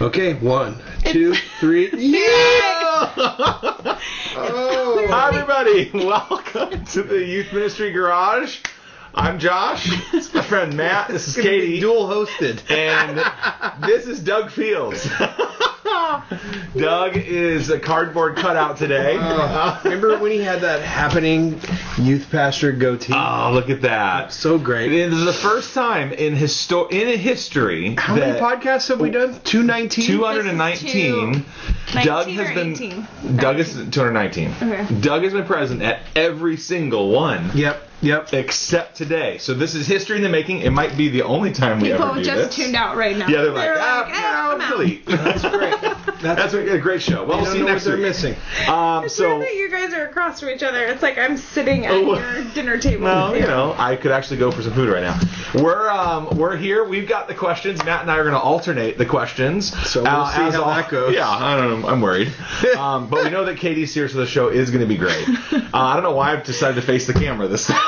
Okay, one, two, three. Yeah! Oh. Hi, everybody. Welcome to the Youth Ministry Garage. I'm Josh. It's my friend Matt. This is Katie. Dual hosted. And this is Doug Fields. Doug is a cardboard cutout today. Uh. Oh, Remember when he had that happening youth pastor goatee? Oh, look at that. so great. This is the first time in, histo- in history How many that podcasts have we done? 219? This 219 is two- Doug 19 has or been 18? Doug is 219. Okay. Doug has been present at every single one Yep, yep. except today. So this is history in the making. It might be the only time we People ever do this. just tuned out right now. Yeah, they're like, ah, "Eh, I'm no, out." delete. That's great. That's, That's a great show. Well, I we'll don't see you know next what they're week. missing. Um, It's weird so that you guys are across from each other. It's like I'm sitting at Oh. your dinner table. well, you know, I could actually go for some food right now. We're um, we're here. We've got the questions. Matt and I are going to alternate the questions. Uh, So we'll see as how that goes. Yeah, I don't know. I'm worried. um, but we know that Katie's here, so the show is going to be great. Uh, I don't know why I've decided to face the camera this time.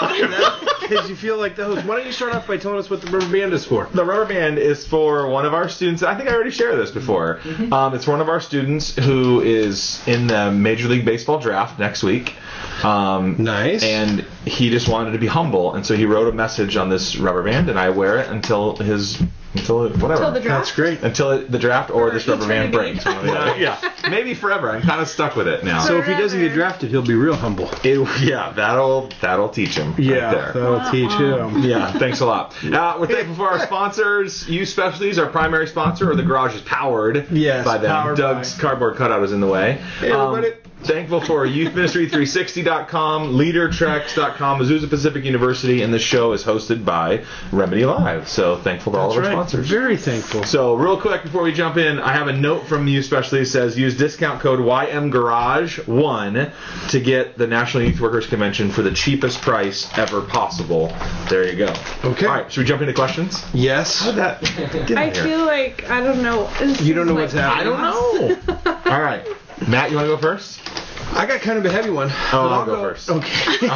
Because you feel like the host. Why don't you start off by telling us what the rubber band is for? The rubber band is for one of our students. I think I already shared this before. Um, it's for one of our students who is in the Major League Baseball draft next week. Um, Nice. And he just wanted to be humble, and so he wrote a message on this rubber band, and I wear it until his until it- whatever. Till Oh, the draft. That's great. Until it- the draft or this rubber band eternity. breaks. One or the other. Uh, yeah, maybe forever. I'm kind of stuck with it now. So if he doesn't get drafted, he'll be real humble. It- yeah, that'll that'll teach him. right there. that'll teach him. Yeah, thanks a lot. Uh, we're thankful for our sponsors. You Specialties, our primary sponsor, or the garage is powered Yes, by them. powered Doug's cardboard cutout is in the way. Um, Hey, everybody. thankful for youthministry360.com, leadertreks.com, Azusa Pacific University, and the show is hosted by Remedy Live. So thankful to all That's of our right. sponsors. Very thankful. So real quick before we jump in, I have a note from you specially that says use discount code YMGarage1 to get the National Youth Workers Convention for the cheapest price ever possible. There you go. Okay. All right, should we jump into questions? yes. That get I in here. feel like I don't know. This You don't is know like- what's happening. I don't know. all right. Matt, you want to go first? I got kind of a heavy one. Oh, But I'll go first. Okay.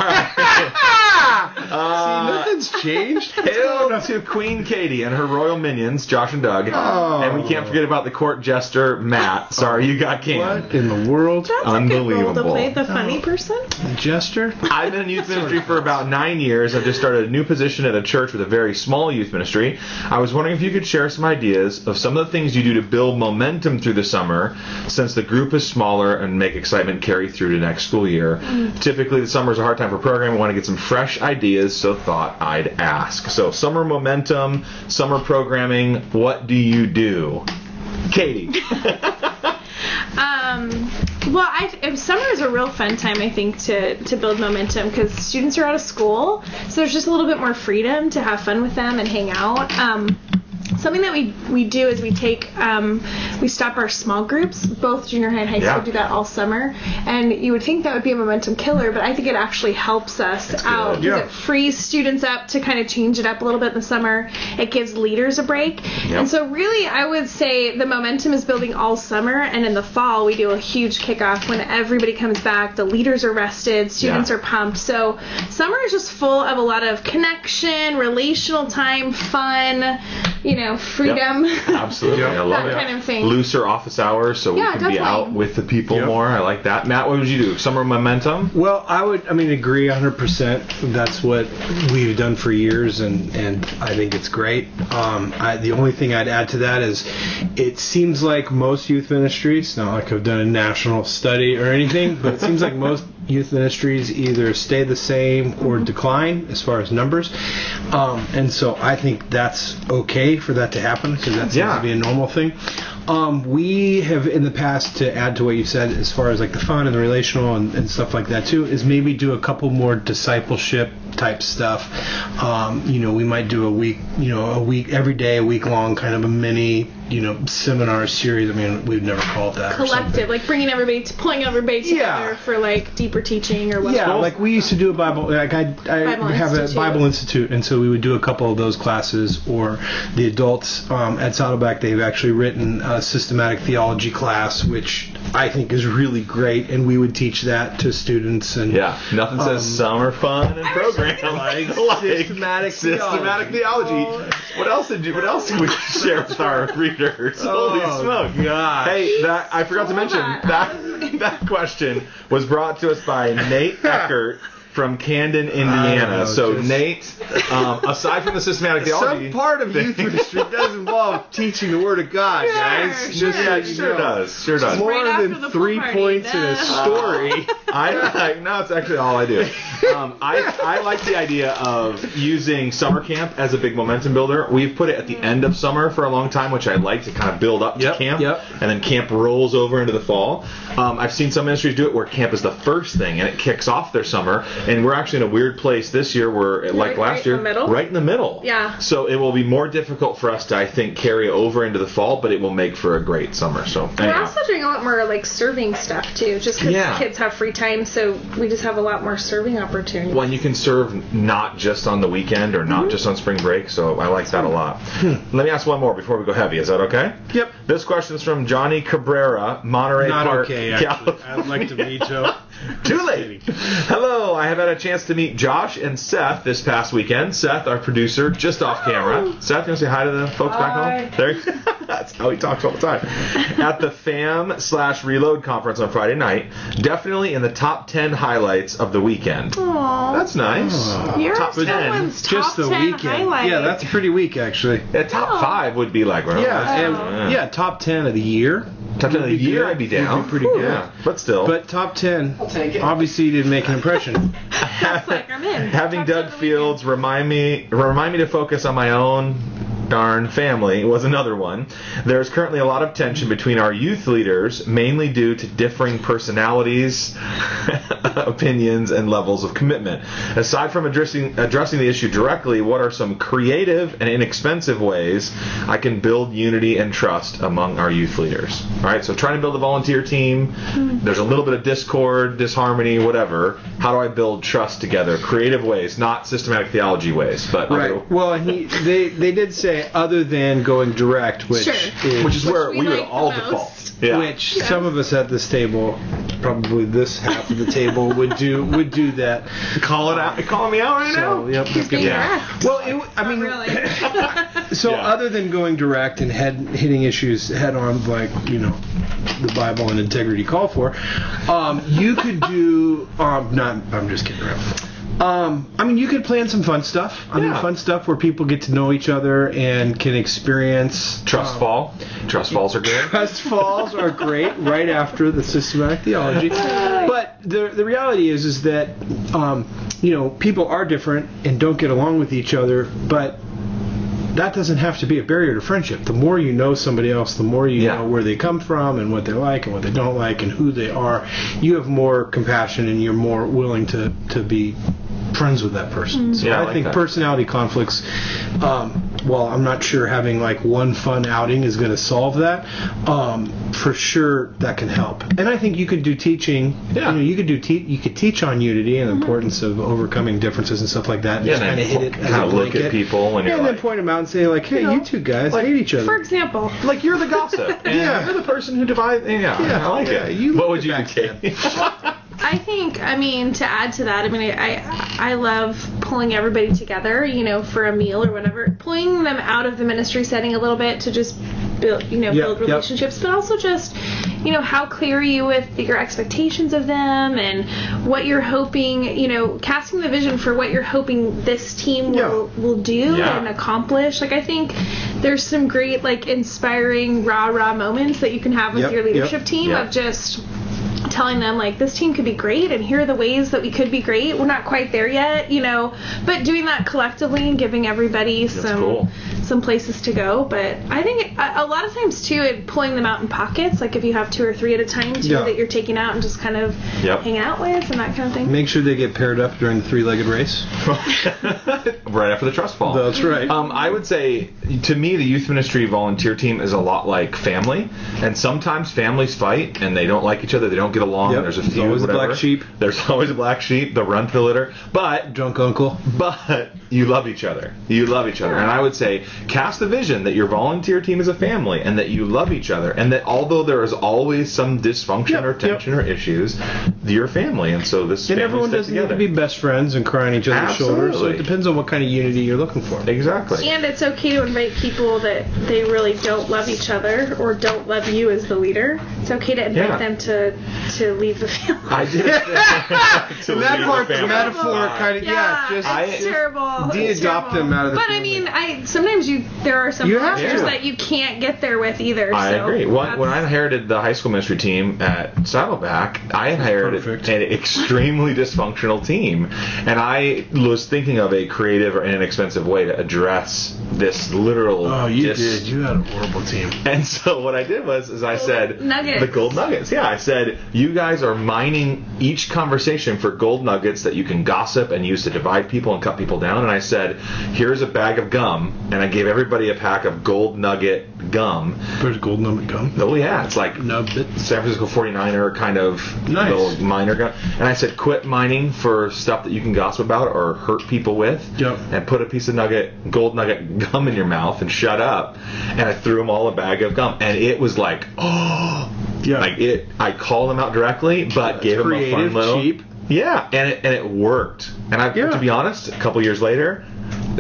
Nothing's changed. Hail to Uh, Queen Katie and her royal minions, Josh and Doug. Oh. And we can't forget about the court jester, Matt. Sorry, you got canned. What in the world? That's a good role to Unbelievable. play the funny person. Jester? I've been in youth ministry for about nine years. I've just started a new position at a church with a very small youth ministry. I was wondering if you could share some ideas of some of the things you do to build momentum through the summer since the group is smaller and make excitement carry through to next school year. Typically, the summer is a hard time for programming. I want to get some fresh ideas, so thought I'd ask. So, summer momentum, summer programming, what do you do? Katie. Um, well, I, if summer is a real fun time, I think, to, to build momentum because students are out of school, so there's just a little bit more freedom to have fun with them and hang out. Um, something that we, we do is we take, um, we stop our small groups, both junior high and high Yeah. school do that all summer, and you would think that would be a momentum killer, but I think it actually helps us out. Yeah. It frees students up to kind of change it up a little bit in the summer. It gives leaders a break. And so, really, I would say the momentum is building all summer. And in the fall, we do a huge kickoff when everybody comes back. The leaders are rested, students Yeah. are pumped. So, summer is just full of a lot of connection, relational time, fun, you know, freedom. Absolutely. I love That it. kind of thing. Looser office hours so Yeah, we can be definitely. out with the people Yep. more. I like that. Matt, what would you do? Summer momentum? Well, I would, I mean, agree 100%. That's what we've done for years, and, and I think it's great. Um, I, the only thing I'd add to that is it seems like most youth ministries, not like I've done a national study or anything, but it seems like most youth ministries either stay the same or decline as far as numbers. Um, and so I think that's okay for that to happen because that seems Yeah. to be a normal thing. Um, we have in the past to add to what you said as far as like the fun and the relational and, and stuff like that too is maybe do a couple more discipleship type stuff. Um, you know, we might do a week, you know, a week every day, a week long kind of a mini, you know, seminar series. I mean, we've never called that or something. Collective, like bringing everybody to pulling everybody Yeah. together for like deeper teaching or whatever. Yeah, like we used to do a Bible. Like I, I Bible have Institute. a Bible Institute, and so we would do a couple of those classes. Or the adults um, at Saddleback, they've actually written a systematic theology class, which I think is really great, and we would teach that to students. And Yeah, nothing Um, says summer fun and program like, systematic systematic theology. theology. What else did you? What else did we share with our readers? Holy Oh, smoke! gosh. Hey, that I forgot to mention Hold on. that that question was brought to us by Nate Eckert. From Camden, Indiana. Oh, so just- Nate, um, aside from the systematic theology, Some part of youth ministry does involve teaching the Word of God, Sure, guys. sure, Just so yeah, you sure know. does, sure does. More Right after than the pool three party, points in no. a story. I like no, it's actually all I do. Um, I I like the idea of using summer camp as a big momentum builder. We've put it at the end of summer for a long time, which I like to kind of build up to Yep, camp, yep. and then camp rolls over into the fall. Um, I've seen some ministries do it where camp is the first thing and it kicks off their summer, and we're actually in a weird place this year where like Right- last right in year, the middle? right in the middle. Yeah. So it will be more difficult for us to I think carry over into the fall, but it will make for a great summer. So We're anyhow. also doing a lot more like serving stuff too, just because Yeah. kids have free time, so we just have a lot more serving opportunities. Well, and you can serve not just on the weekend or not just on spring break, so I like that a lot. Let me ask one more before we go heavy. Is that okay? Yep. This question is from Johnny Cabrera, Monterey Not Park, okay, actually. California. I'd like to veto. Too late. Hello, I have had a chance to meet Josh and Seth this past weekend. Seth, our producer, just off camera. Seth, you want to say hi to the folks Hi. back home? There. That's how he talks all the time. At the FAM slash Reload conference on Friday night, definitely in the top ten highlights of the weekend. Aww. That's nice. Oh. You're top on 10. someone's top Just the 10 weekend. highlight. Yeah, that's pretty weak, actually. A top Oh. five would be like, well, that's- Yeah, yeah. and, yeah, top ten of the year. Top ten of the Would be year, good. I'd be down. Would be pretty good. Yeah, but still. But top 10 take it. obviously didn't make an impression. That's like I'm in. having Top Doug 10 of the Fields remind me remind me to focus on my own darn family was another one. There's currently a lot of tension between our youth leaders, mainly due to differing personalities, opinions, and levels of commitment. Aside from addressing addressing the issue directly, what are some creative and inexpensive ways I can build unity and trust among our youth leaders? All right, so trying to build a volunteer team. Hmm. There's a little bit of discord, disharmony, whatever. How do I build trust together? Creative ways, not systematic theology ways, but right. Well, he, they they did say other than going direct, which Sure. is, which is where we we, would like the all most. default. Yeah. which some of us at this table, probably this half of the table would do would do that. call it out, calling me out right So, now. yep. He's being Yeah. direct. Well, it, w- I mean, Really. so Yeah. other than going direct and head hitting issues head on, like you know, the Bible and integrity call for, um, you could do. Um, not, I'm just kidding around. Um, I mean, you could plan some fun stuff. I mean, Yeah. fun stuff where people get to know each other and can experience Trust um, fall. Trust falls are good. Trust falls are great right after the systematic theology. But the, the reality is is that um, you know people are different and don't get along with each other, but that doesn't have to be a barrier to friendship. The more you know somebody else, the more you Yeah. know where they come from and what they like and what they don't like and who they are. You have more compassion and you're more willing to, to be friends with that person. So Mm-hmm. Yeah, I I, like think that. personality conflicts. Um, well, I'm not sure having like one fun outing is going to solve that. Um, for sure, that can help. And I think you could do teaching. Yeah. You, know, you could do te- you could teach on unity and the importance of overcoming differences and stuff like that. And Yeah, just and kind of hit it. as a kind of look at blanket. people and Yeah, you're and then like, point them out and say like, hey, you, know, two guys like, hate each other. For example, like you're the gossip. And Yeah. You're the person who divides. Yeah. Yeah, I like yeah, it. you what look would you back take? I think, I mean, to add to that, I mean, I, I, I love pulling everybody together, you know, for a meal or whatever, pulling them out of the ministry setting a little bit to just build, you know, Yep, build yep. relationships, but also just, you know, how clear are you with your expectations of them and what you're hoping, you know, casting the vision for what you're hoping this team will, will do Yeah. and accomplish. Like, I think there's some great, like, inspiring rah rah moments that you can have with Yep, your yep, leadership team yeah. of just telling them like this team could be great and here are the ways that we could be great we're not quite there yet you know but doing that collectively and giving everybody some cool. some places to go but i think a, a lot of times too it pulling them out in pockets like if you have two or three at a time too Yeah. that you're taking out and just kind of Yep. hang out with and that kind of thing Make sure they get paired up during the three-legged race. right after the trust fall. That's right. Um, I would say, to me, the youth ministry volunteer team is a lot like family, and sometimes families fight and they don't like each other, they don't get along. Yep. There's a There's few. always a whatever. black sheep. There's always a black sheep. The run to the litter. But Drunk uncle. but you love each other. You love each other. And I would say cast the vision that your volunteer team is a family and that you love each other and that although there is always some dysfunction Yep, or yep. tension or issues, you're family and so this And family everyone stays doesn't together. need to be best friends and cry on each other's shoulders. So Absolutely. it depends on what kind of unity you're looking for. Exactly. And it's okay to invite people that they really don't love each other or don't love you as the leader. It's okay to invite Yeah. them to to leave the family. I did to that leave part's the family. metaphor kind of yeah. yeah, just I- it's terrible. It's de-adopt terrible. them out of the But I family. mean, I sometimes you there are some You have volunteers to. that you can't get there with either. I so agree. When, when I that's- inherited the high school ministry team at Saddleback, I inherited Perfect. an extremely dysfunctional team, and I was thinking of a creative and inexpensive way to address this literal. Oh, you dis- did. You had a horrible team. And so what I did was, is I said Nuggets. the gold nuggets. Yeah, I said you guys are mining each conversation for gold nuggets that you can gossip and use to divide people and cut people down. And I said, here's a bag of gum, and I gave everybody a pack of gold nugget gum. There's gold numbing gum. Oh yeah, it's like Nubbits. San Francisco 49er kind of Nice. little miner guy. And I said, quit mining for stuff that you can gossip about or hurt people with. Yep. And put a piece of nugget, gold nugget gum in your mouth and shut up. And I threw them all a bag of gum. And it was like, oh. Yeah. Like it, I called them out directly, but gave them a fun creative, little. cheap. Yeah, and it, and it worked. And I, Yeah. to be honest, a couple years later,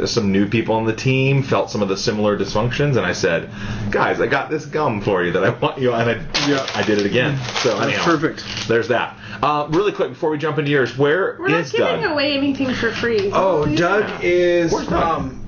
some new people on the team felt some of the similar dysfunctions, and I said, "Guys, I got this gum for you that I want you." And I, Yeah. Mm-hmm. I did it again. So That's anyhow, perfect. There's that. Uh, really quick before we jump into yours, where We're not is giving Doug? away anything for free. Oh, Doug is. Where's Doug? Um,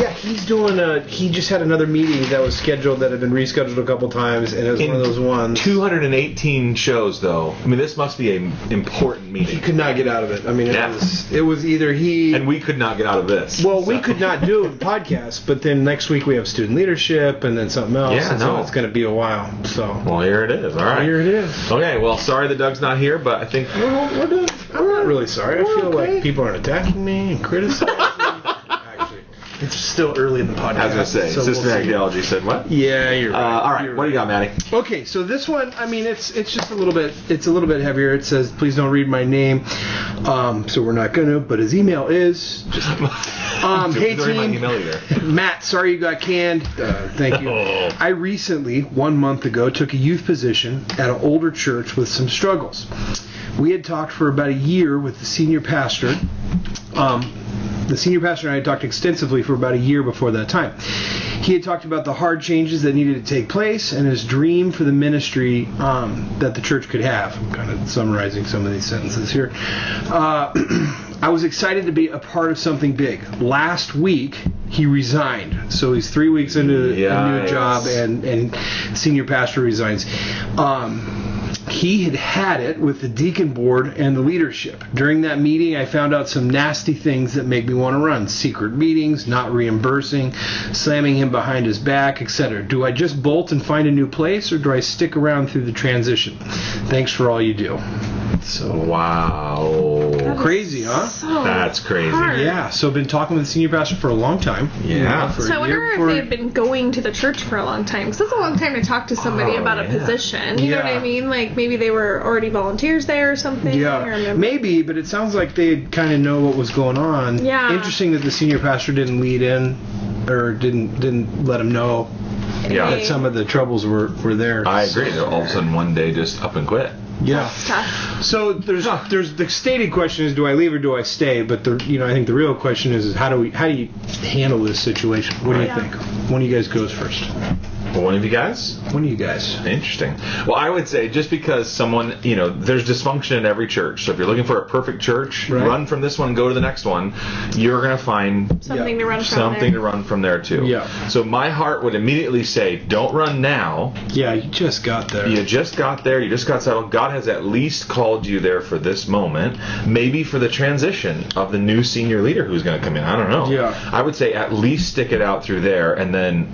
yeah, he's doing a. He just had another meeting that was scheduled that had been rescheduled a couple times, and it was In one of those ones. 218 shows, though. I mean, this must be an important He meeting, could not get out of it. I mean, it Yeah. was it was either he. and we could not get out of this. well, we could not do a podcast, but then next week we have student leadership and then something else. Yeah, and so no. it's going to be a while. So Well, here it is. All right. here it is. Okay. Well, sorry that Doug's not here, but I think Well, we're doing, I'm not really sorry. I We're feel okay. like people aren't attacking me and criticizing. me. Actually, it's still early in the podcast. I was gonna say, so Sister we'll see. Agneology said what? Yeah, you're Uh, right. all right, You're what do you got, Maddie? Okay, so this one, I mean, it's it's just a little bit, it's a little bit heavier. It says, "Please don't read my name," um, so we're not gonna. But his email is just um, Don't- "Hey don't read my team, email either. Matt, sorry you got canned. Uh, thank you. Oh. I recently, one month ago, took a youth position at an older church with some struggles. We had talked for about a year with the senior pastor. Um, the senior pastor and I had talked extensively for about a year before that time. He had talked about the hard changes that needed to take place and his dream for the ministry um, that the church could have. I'm kind of summarizing some of these sentences here. Uh, I was excited to be a part of something big. Last week, he resigned. So he's three weeks into a Yikes. new job, and, and senior pastor resigns. Um, he had had it with the deacon board and the leadership. During that meeting, I found out some nasty things that make me want to run secret meetings, not reimbursing, slamming him behind his back, etc. Do I just bolt and find a new place, or do I stick around through the transition? Thanks for all you do. So Wow. crazy, huh? So That's crazy. hard. Yeah, so I've been talking with the senior pastor for a long time. Yeah. For So I a year wonder if before- they've been going to the church for a long time. Because that's a long time to talk to somebody Oh, about yeah. a position. You know what Yeah. I mean? Like maybe they were already volunteers there or something. Or Yeah, maybe, maybe, but it sounds like they kind of know what was going on. Yeah. Interesting that the senior pastor didn't lead in, or didn't didn't let him know Yeah. that some of the troubles were were there. I agree. They're all of a sudden one day just up and quit. Yeah. tough. So there's there's the stated question is do I leave or do I stay? But the you know I think the real question is, is how do we how do you handle this situation? What do you Yeah. think? One of you guys goes first. Well, one of you guys? One of you guys. Interesting. Well, I would say just because someone, you know, there's dysfunction in every church. So if you're looking for a perfect church, Right. run from this one, go to the next one. You're going to find Something Yeah. to run from. something to there. run from there, too. Yeah. So my heart would immediately say, don't run now. Yeah, you just got there. You just got there. You just got settled. God has at least called you there for this moment, maybe for the transition of the new senior leader who's going to come in. I don't know. Yeah. I would say at least stick it out through there, and then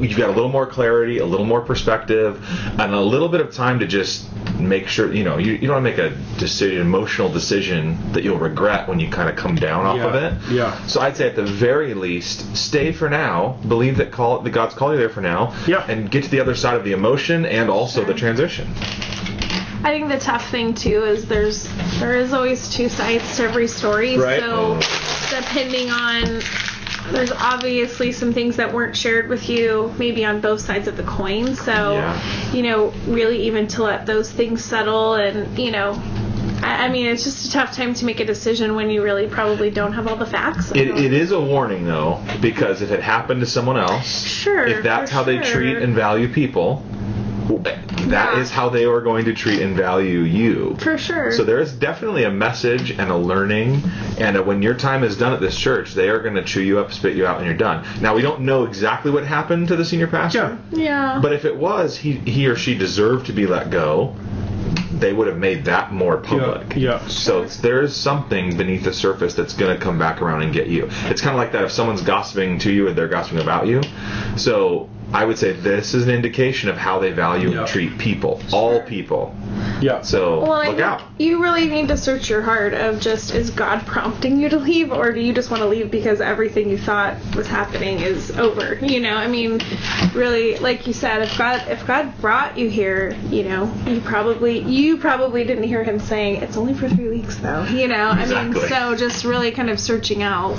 you've got a little more clarity, a little more perspective, and a little bit of time to just make sure you know you, you don't want to make a decision, emotional decision that you'll regret when you kind of come down off Yeah. of it. Yeah. So I'd say at the very least, stay for now. Believe that call that God's calling you there for now. Yeah. And get to the other side of the emotion and also the transition. I think the tough thing too is there's there is always two sides to every story. Right. So depending on there's obviously some things that weren't shared with you maybe on both sides of the coin. So Yeah. you know, really even to let those things settle and you know. I I mean, it's just a tough time to make a decision when you really probably don't have all the facts. It, it is a warning though, because it had happened to someone else. sure. if that's for how they sure. treat and value people, that Yeah. is how they are going to treat and value you. For sure. So there is definitely a message and a learning, and uh, when your time is done at this church, they are going to chew you up, spit you out, and you're done. Now we don't know exactly what happened to the senior pastor, yeah. but if it was he he or she deserved to be let go, they would have made that more public. Yeah. So it's, there is something beneath the surface that's going to come back around and get you. It's kind of like that if someone's gossiping to you and they're gossiping about you. So I would say this is an indication of how they value Yeah. and treat people, all people. Yeah. So Well, I look think out. you really need to search your heart of just is God prompting you to leave, or do you just want to leave because everything you thought was happening is over? You know, I mean, really, like you said, if God if God brought you here, you know, you probably you probably didn't hear Him saying it's only for three weeks though. You know, I Exactly. mean, so just really kind of searching out.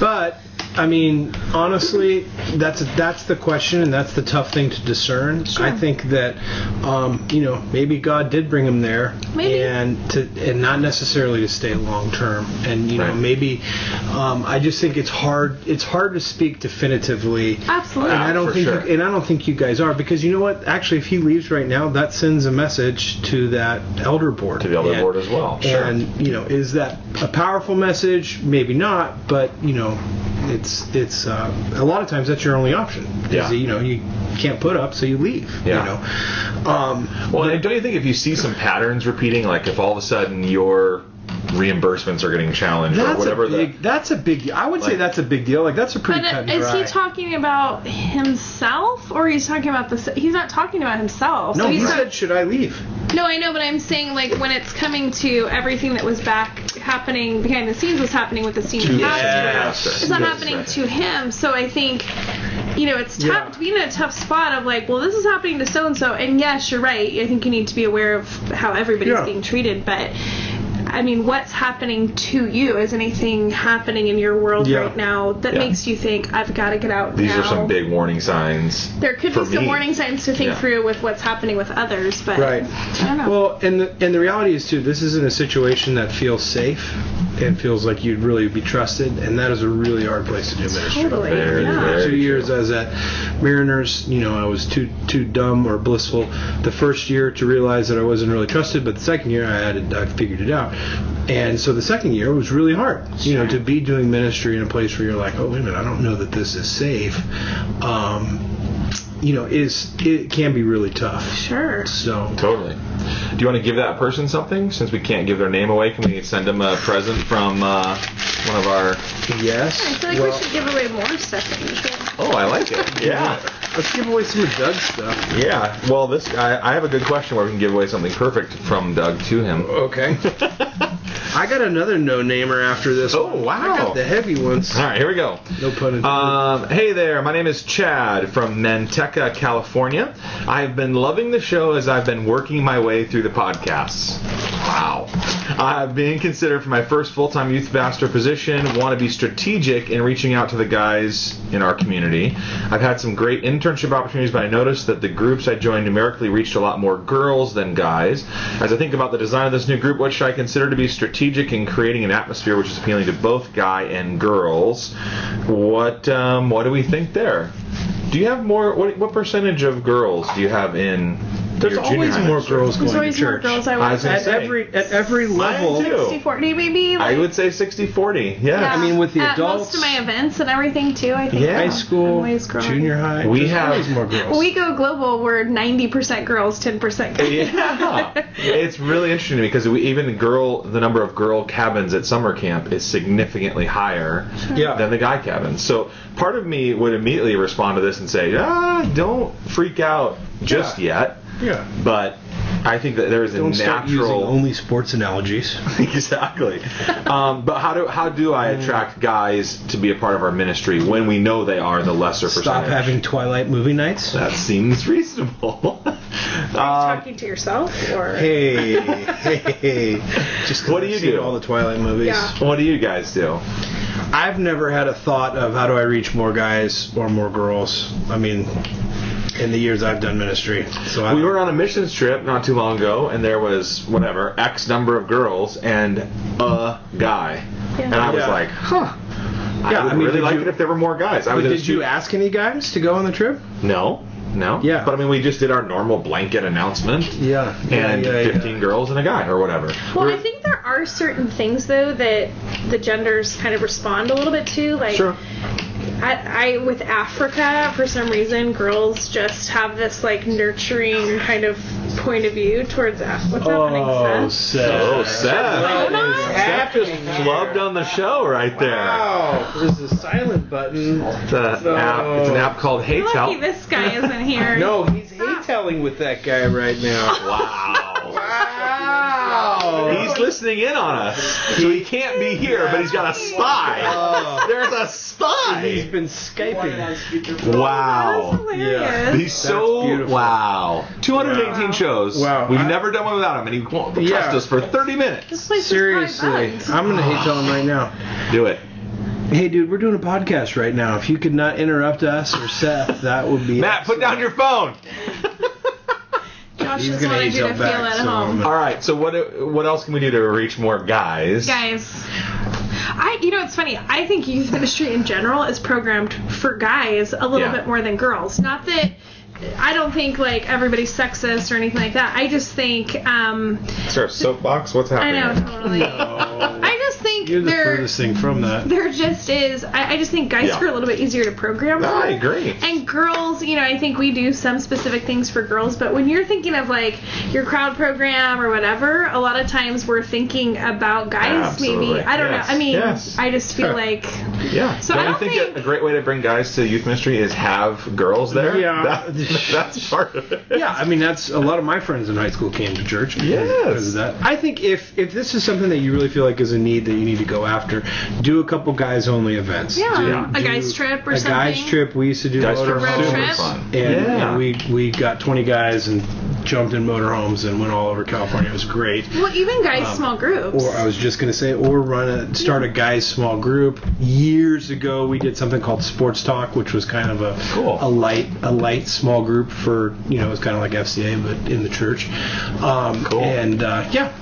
But I mean, honestly, that's that's the question, and that's the tough thing to discern. I think that, um, you know, maybe God did bring him there, Maybe. and to and not necessarily to stay long term. And you know, Right. maybe um, I just think it's hard. It's hard to speak definitively. Absolutely. And I don't for think, sure. you, and I don't think you guys are because you know what? Actually, if he leaves right now, that sends a message to that elder board. To the other And- board as well. Sure. and you know, is that a powerful message? Maybe not, but you know, it's it's uh, a lot of times that's your only option. Is Yeah. that, You know, you can't put up, so you leave. Yeah. You know, um, Well, and don't you think if you see some patterns repeating, like if all of a sudden your reimbursements are getting challenged or that's a whatever the big. That's a big. I would say Like- that's a big deal. Like that's a pretty cut But uh, and is dry. he talking about himself, or he's talking about the? He's not talking about himself. no, so he he's said, should I leave? No, I know, but I'm saying like when it's coming to everything that was back happening behind the scenes was happening with the senior Yeah. pastor. Yes. It's not Yes. happening to him, so I think you know it's tough Yeah. to be in a tough spot of like, well, this is happening to so and so, and yes, you're right. I think you need to be aware of how everybody's Yeah. being treated, but. I mean, what's happening to you? Is anything happening in your world Yeah. right now that Yeah. makes you think I've got to get out these now? are some big warning signs. there could be for some me. warning signs to think Yeah. through with what's happening with others, but Right. I don't know. Well, and the, and the reality is too, this isn't a situation that feels safe and feels like you'd really be trusted, and that is a really hard place to do ministry. Totally. Very, yeah. very two true. years I was at Mariners. You know, I was too too dumb or blissful the first year to realize that I wasn't really trusted. But the second year, I had it, I figured it out. And so the second year was really hard. You know, to be doing ministry in a place where you're like, oh wait a minute, I don't know that this is safe. Um, you know, is it can be really tough. Sure. So Totally. Do you want to give that person something? Since we can't give their name away, can we send them a present from uh, one of our? yes. I feel like well, we should give away more stuff than we did. Oh, I like it. Yeah. Let's give away some of Doug's stuff. Yeah. Well, this I, I have a good question where we can give away something perfect from Doug to him. Okay. I got another no namer after this. Oh I wow. got the heavy ones. All right, here we go. No pun intended. Um, hey there, my name is Chad from Manteca, California. I have been loving the show as I've been working my way through the podcasts. Wow. I'm being considered for my first full time youth pastor position. Want to be strategic in reaching out to the guys in our community. I've had some great internship opportunities, but I noticed that the groups I joined numerically reached a lot more girls than guys. As I think about the design of this new group, what should I consider to be strategic in creating an atmosphere which is appealing to both guy and girls? What um, what do we think there? Do you have more? What, what percentage of girls do you have in? There's your junior always high more district? girls going There's to always more church. girls I I want was gonna at say, every at every level. Mine too. 60, 40 maybe. I Like, would say 60-40. Yeah. yeah. I mean, with the At adults- most of my events and everything too, I think. Yeah. High I'm school, always growing. junior high. We there's have- always more girls. We go global. We're 90% girls, 10% guys. yeah, it's really interesting to me because we, even the girl, the number of girl cabins at summer camp is significantly higher Yeah. than the guy cabins. So part of me would immediately respond to this and say, ah, don't freak out just Yeah. yet. yeah. But I think that there is a Don't start using natural only sports analogies. exactly. Um, but how do how do I attract guys to be a part of our ministry when we know they are the lesser Stop percentage? having Twilight movie nights. that seems reasonable. um, talking to yourself or Hey, hey, hey! Just 'cause What do I've you seen do? All the Twilight movies. Yeah. what do you guys do? I've never had a thought of how do I reach more guys or more girls. I mean, in the years I've done ministry, so I We were on a missions trip not too long ago, and there was whatever X number of girls and a guy, and I was Yeah. like, huh. Yeah, I would I mean, really did like you- it if there were more guys. I But would did you ask any guys to go on the trip? No, no. Yeah. But I mean, we just did our normal blanket announcement. Yeah, And 15 girls and a guy, or whatever. Well, I think there are certain things though that the genders kind of respond a little bit to, like Sure. I, I with Africa for some reason girls just have this like nurturing kind of point of view towards Af- what's happening. Oh, Seth? Oh, Seth. Seth. Hold on. Seth just flubbed on the show right there. Wow, there's a silent button. It's, a app, it's an app called Hey Lucky Tell. this guy isn't here. No, Oh, he's hate telling with that guy right now. Wow. Wow. He's listening in on us, so he can't be here, but he's got a spy. Oh, There's a he's spy. been skyping. That's Wow. hilarious. He's so beautiful. wow. 218 Wow. shows. Wow. We've I- never done one without him, and he won't trust Yeah. us for 30 This minutes. place is Seriously, five bucks. I'm gonna hate tell him right now. Do it. Hey, dude, we're doing a podcast right now. If you could not interrupt us or Seth, that would be Matt, put down your phone. Josh He's just gonna wanted hate you to y'all feel back, at so home. I'm All right. So what what else can we do to reach more guys? guys i you know it's funny i think youth ministry in general is programmed for guys a little Yeah. bit more than girls not that i don't think like everybody's sexist or anything like that i just think um Sir, soapbox. What's i happening? know totally Oh. i just think You're the there furthest thing from that. there just is I, I just think guys Yeah. are a little bit easier to program Ah, I for. agree. And girls, you know, I think we do some specific things for girls, but when you're thinking of like your crowd program or whatever, a lot of times we're thinking about guys Absolutely. maybe. I don't Yes. know. I mean, Yes. I just feel Sure. like Yeah. So don't I you don't think, think- a a great way to bring guys to youth ministry is have girls there? Yeah. That- that's part of it. Yeah, I mean that's a lot of my friends in high school came to church. because- Yes. because of that. I think if if this is something that you really feel like is a need that you need to go after, do a couple guys only events. yeah, Do- Yeah. a do guys trip or a something. guys trip. We used to do Guys motor are Road super trip. fun. and, yeah. and we we got 20 guys and jumped in motorhomes and went all over California. It was great. Well, even guys small groups. Um, Or I was just gonna say, or run a start a guys small group. Years ago, we did something called Sports Talk, which was kind of a Cool. a light a light small group for you know it was kind of like FCA but in the church. Um, Cool. And uh, yeah,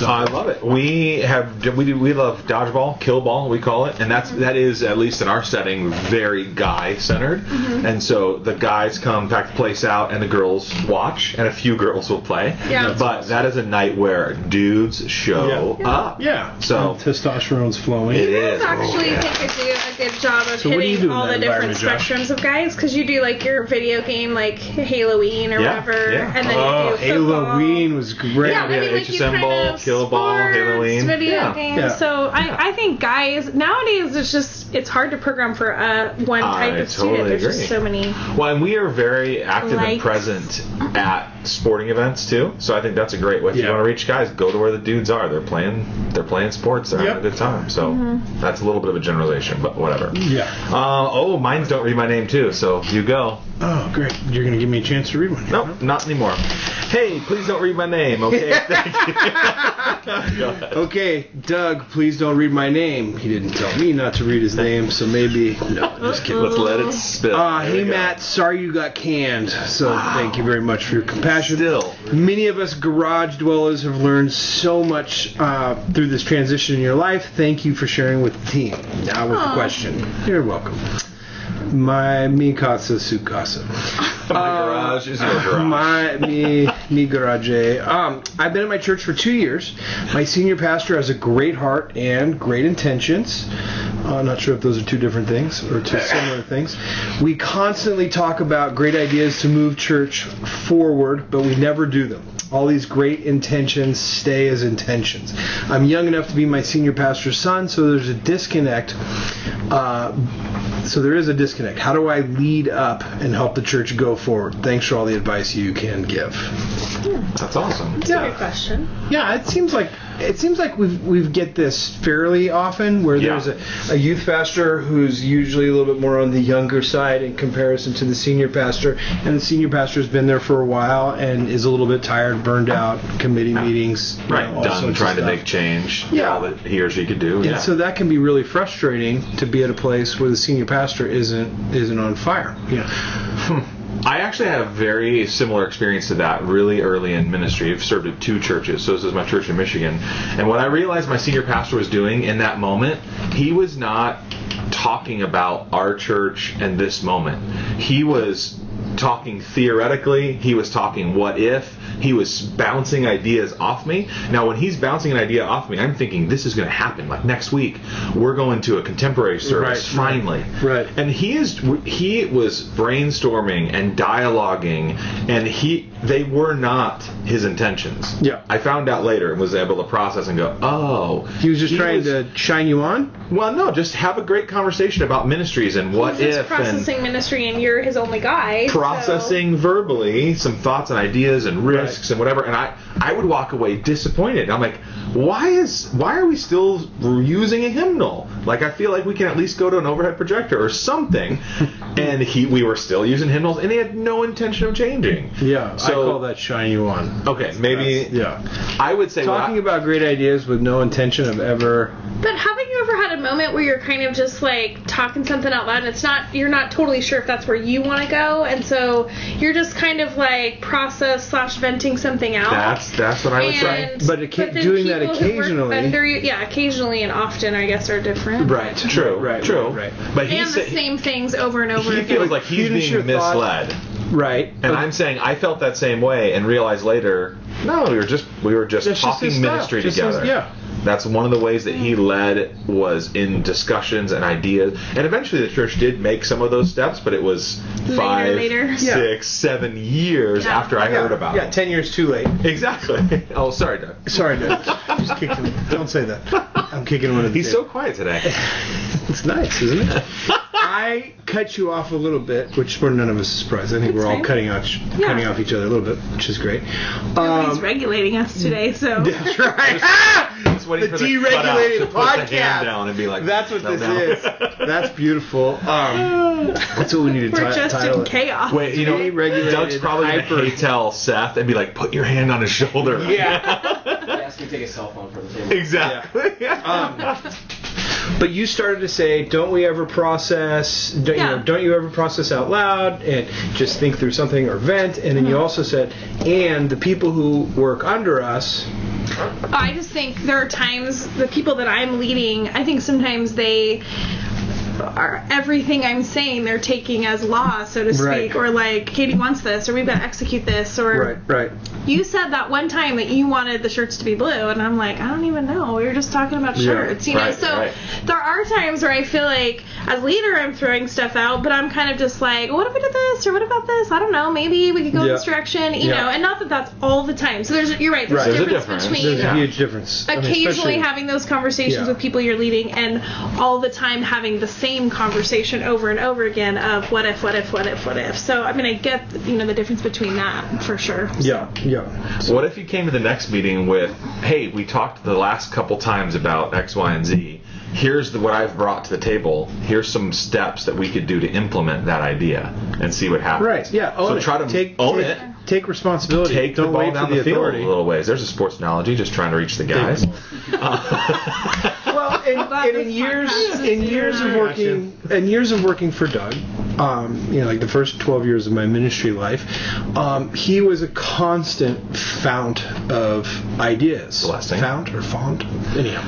Oh, I love it. We have we do, we love dodgeball, kill ball, we call it, and that's Mm-hmm. that is at least in our setting very guy centered. Mm-hmm. And so the guys come pack the place out, and the girls watch, and a few girls will play. Yeah. But that is a night where dudes show Yeah. up. yeah. So- And testosterone's flowing. It You is. guys actually think you do a good job of Oh, So what do you hitting do in all that the different environment, Josh? spectrums of guys because you do like your video game like Halloween or Yeah, whatever, yeah. and then oh, you do football. Halloween was great. Yeah, we I had mean, like you HSM kind ball, of kill ball, sports, Halloween. video Yeah. games. Yeah. So I, I think guys nowadays it's just it's hard to program for uh, one I type of student. totally There's agree. just so many. Well, and we are very active and Likes. present at sporting events too. So I think that's a great way. If you Yeah. want to reach guys, go to where the dudes are. They're playing. They're playing sports. They're having Yep. Mm-hmm. a good time. So that's a little bit of a generalization, but whatever. Yeah. Uh, oh, mine's don't read my name too. So you go. Oh, great. You're gonna give me a chance to read one. Nope, not anymore. Hey, please don't read my name. Okay. Okay, Doug, please don't read my name. He didn't tell me not to read his name, so maybe no, just kidding. Let's let it spill. Uh, There we hey go. Ah. Matt, sorry you got canned. So thank you very much for your compassion. Still. many of us garage dwellers have learned so much uh, through this transition in your life. Thank you for sharing with the team. Now with the Aw. question, you're welcome. My mi casa su casa. My garage is your garage. Uh, My me me garage. Um, I've been at my church for two years. My senior pastor has a great heart and great intentions. Uh, not sure if those are two different things or two similar things. We constantly talk about great ideas to move church forward, but we never do them. All these great intentions stay as intentions. I'm young enough to be my senior pastor's son, so there's a disconnect. Uh, so there is a disconnect. How do I lead up and help the church go forward? Thanks for all the advice you can give. That's awesome. That's a good question. Yeah, it seems like it seems like we've we've get this fairly often where Yeah. there's a, a youth pastor who's usually a little bit more on the younger side in comparison to the senior pastor, and the senior pastor's been there for a while and is a little bit tired, burned out, committee meetings, you Right, know, all sorts done of trying to stuff. make change. Yeah. all that he or she could do. And yeah. so that can be really frustrating to be at a place where the senior pastor isn't isn't on fire. Yeah. I actually had a very similar experience to that really early in ministry. I've served at two churches, so this is my church in Michigan. And what I realized my senior pastor was doing in that moment, he was not talking about our church and this moment. He was talking theoretically, he was talking what if, he was bouncing ideas off me. Now, when he's bouncing an idea off me, I'm thinking this is going to happen. Like next week, we're going to a contemporary service Right, right. finally. Right. And he is he was brainstorming and dialoguing and he they were not his intentions. Yeah. I found out later and was able to process and go, "Oh, He was just trying was- to shine you on. well, no, just have a great conversation about ministries and what He's if processing and ministry, and you're his only guy. so- processing verbally some thoughts and ideas and risks Right. and whatever and I I would walk away disappointed. I'm like, "Why is why are we still using a hymnal? Like I feel like we can at least go to an overhead projector or something." and he we were still using hymnals and he had no intention of changing. Yeah. I So call that shine you on. Okay, maybe Yeah. I would say what I- Talking about great ideas with no intention of ever. But haven't you ever had a moment where you're kind of just like talking something out loud and it's not you're not totally sure if that's where you want to go and so you're just kind of like process slash venting something out. that's that's what I would say. and, But it can't- then doing that people who work occasionally- Under you, yeah, occasionally and often I guess are different. Right, true, Right, true. right, right. But he And the said same things over and over he again. feels like he's Finish your being thought. misled. Right. And I'm saying I felt that same way and realized later, no, we were just we were just That's just talking his style. ministry Just his- together. yeah. That's one of the ways that he led was in discussions and ideas. And eventually the church did make some of those steps, but it was five, later. six, Yeah. seven years Yeah. after I heard about Yeah, it. ten years too late. exactly. Oh, sorry, Doug. Sorry, Doug. Just kicked him. Don't say that. I'm kicking one of the. He's so quiet today. It's nice, isn't it? I cut you off a little bit, which for none of us is surprised. I think we're all fine. cutting off, cutting off each other a little bit, which is great. Nobody's Um, regulating us today, so that's right. Ah! Just waiting The for the cutout deregulated to put the podcast. hand down and be like, That's what "No, this no." is. That's beautiful. Um, that's what we need to we're ti- just title in it. chaos. Wait, you know, Deregulated Doug's probably hyper- gonna tell Seth and be like, "Put your hand on his shoulder." Yeah. Ask me to take a cell phone from the table. Exactly. Um, But you started to say, don't we ever process? Don't, Yeah. you know, don't you ever process out loud and just think through something or vent? And then Uh-huh. you also said, and the people who work under us, I just think there are times the people that I'm leading, I think sometimes they are everything I'm saying they're taking as law, so to speak, Right. or like Katie wants this, or we've got to execute this, or right, right, you said that one time that you wanted the shirts to be blue, and I'm like, I don't even know. We were just talking about Yeah, shirts, you know. right, so right. there are times where I feel like, as leader, I'm throwing stuff out, but I'm kind of just like, what if we did this, or what about this? I don't know. Maybe we could go Yeah. this direction, you Yeah. know. And not that that's all the time. So there's, you're right. There's, Right. a, There's a difference difference. between There's Yeah. a huge difference. I mean, occasionally especially- having those conversations Yeah. with people you're leading and all the time having the same conversation over and over again of what if what if what if what if so i mean i get you know the difference between that for sure Yeah, yeah. what if you came to the next meeting with, "Hey, we talked the last couple times about X, Y, and Z. Here's the, what I've brought to the table. Here's some steps that we could do to implement that idea and see what happens." Right, yeah. Own so it. try to take, own take, it. Take responsibility. Take Don't the ball wait down for the the field authority. a little ways. There's a sports analogy, just trying to reach the guys. well, and, glad and in this years, podcast is in years of here. working, in years of working for Doug, um, you know, like the first twelve years of my ministry life, um, he was a constant fount of ideas. Blessing. Fount or font, anyhow,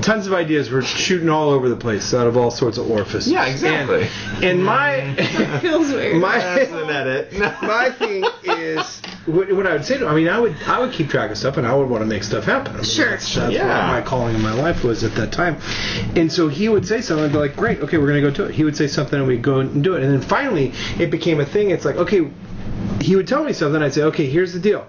tons of ideas were shooting all over the place out of all sorts of orifices. Yeah, exactly. And, and my, feels weird my, an edit. my thing is what, what I would say to, I mean, I would I would keep track of stuff, and I would want to make stuff happen. I mean, Sure. That's, that's Yeah. what my calling in my life was at that time, and so he would say something, I'd be like, "Great, okay, we're gonna go do it." He would say something, and we'd go and do it, and then finally it became a thing. It's like, okay, he would tell me something, I'd say, "Okay, here's the deal."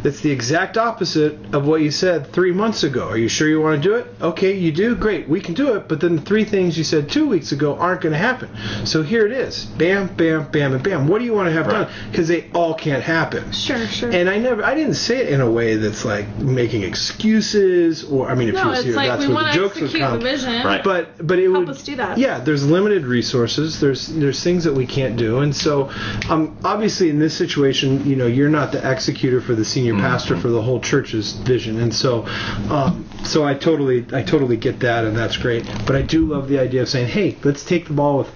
That's the exact opposite of what you said three months ago. Are you sure you want to do it? Okay, you do. Great, we can do it. But then the three things you said two weeks ago aren't going to happen. So here it is. Bam, bam, bam, and bam. What do you want to have Right. done? Because they all can't happen. Sure, sure. And I never, I didn't say it in a way that's like making excuses or, I mean, if no, you it's see like that's we where want the to jokes would execute the come. vision. Right. But but it Help would us do that. Yeah, there's limited resources. There's there's things that we can't do, and so um, obviously in this situation, you know, you're not the executor for the senior Mm-hmm. pastor for the whole church's vision, and so um, so I totally I totally get that, and that's great. But I do love the idea of saying, hey, let's take the ball with.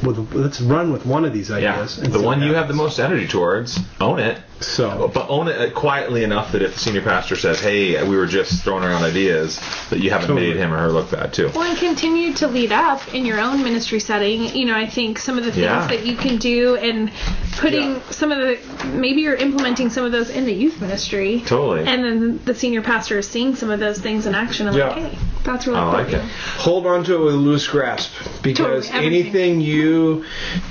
With, let's run with one of these Yeah, ideas. and the see one what you have the happens. most energy towards, own it. So But own it quietly enough that if the senior pastor says, "Hey, we were just throwing around ideas," that you haven't Totally. made him or her look bad too. Well, and continue to lead up in your own ministry setting. You know, I think some of the things Yeah. that you can do and putting Yeah. some of the maybe you're implementing some of those in the youth ministry. Totally. And then the senior pastor is seeing some of those things in action and like, Yeah. hey, that's really I cool. like it. hold on to it with a loose grasp because Totally, everything. anything you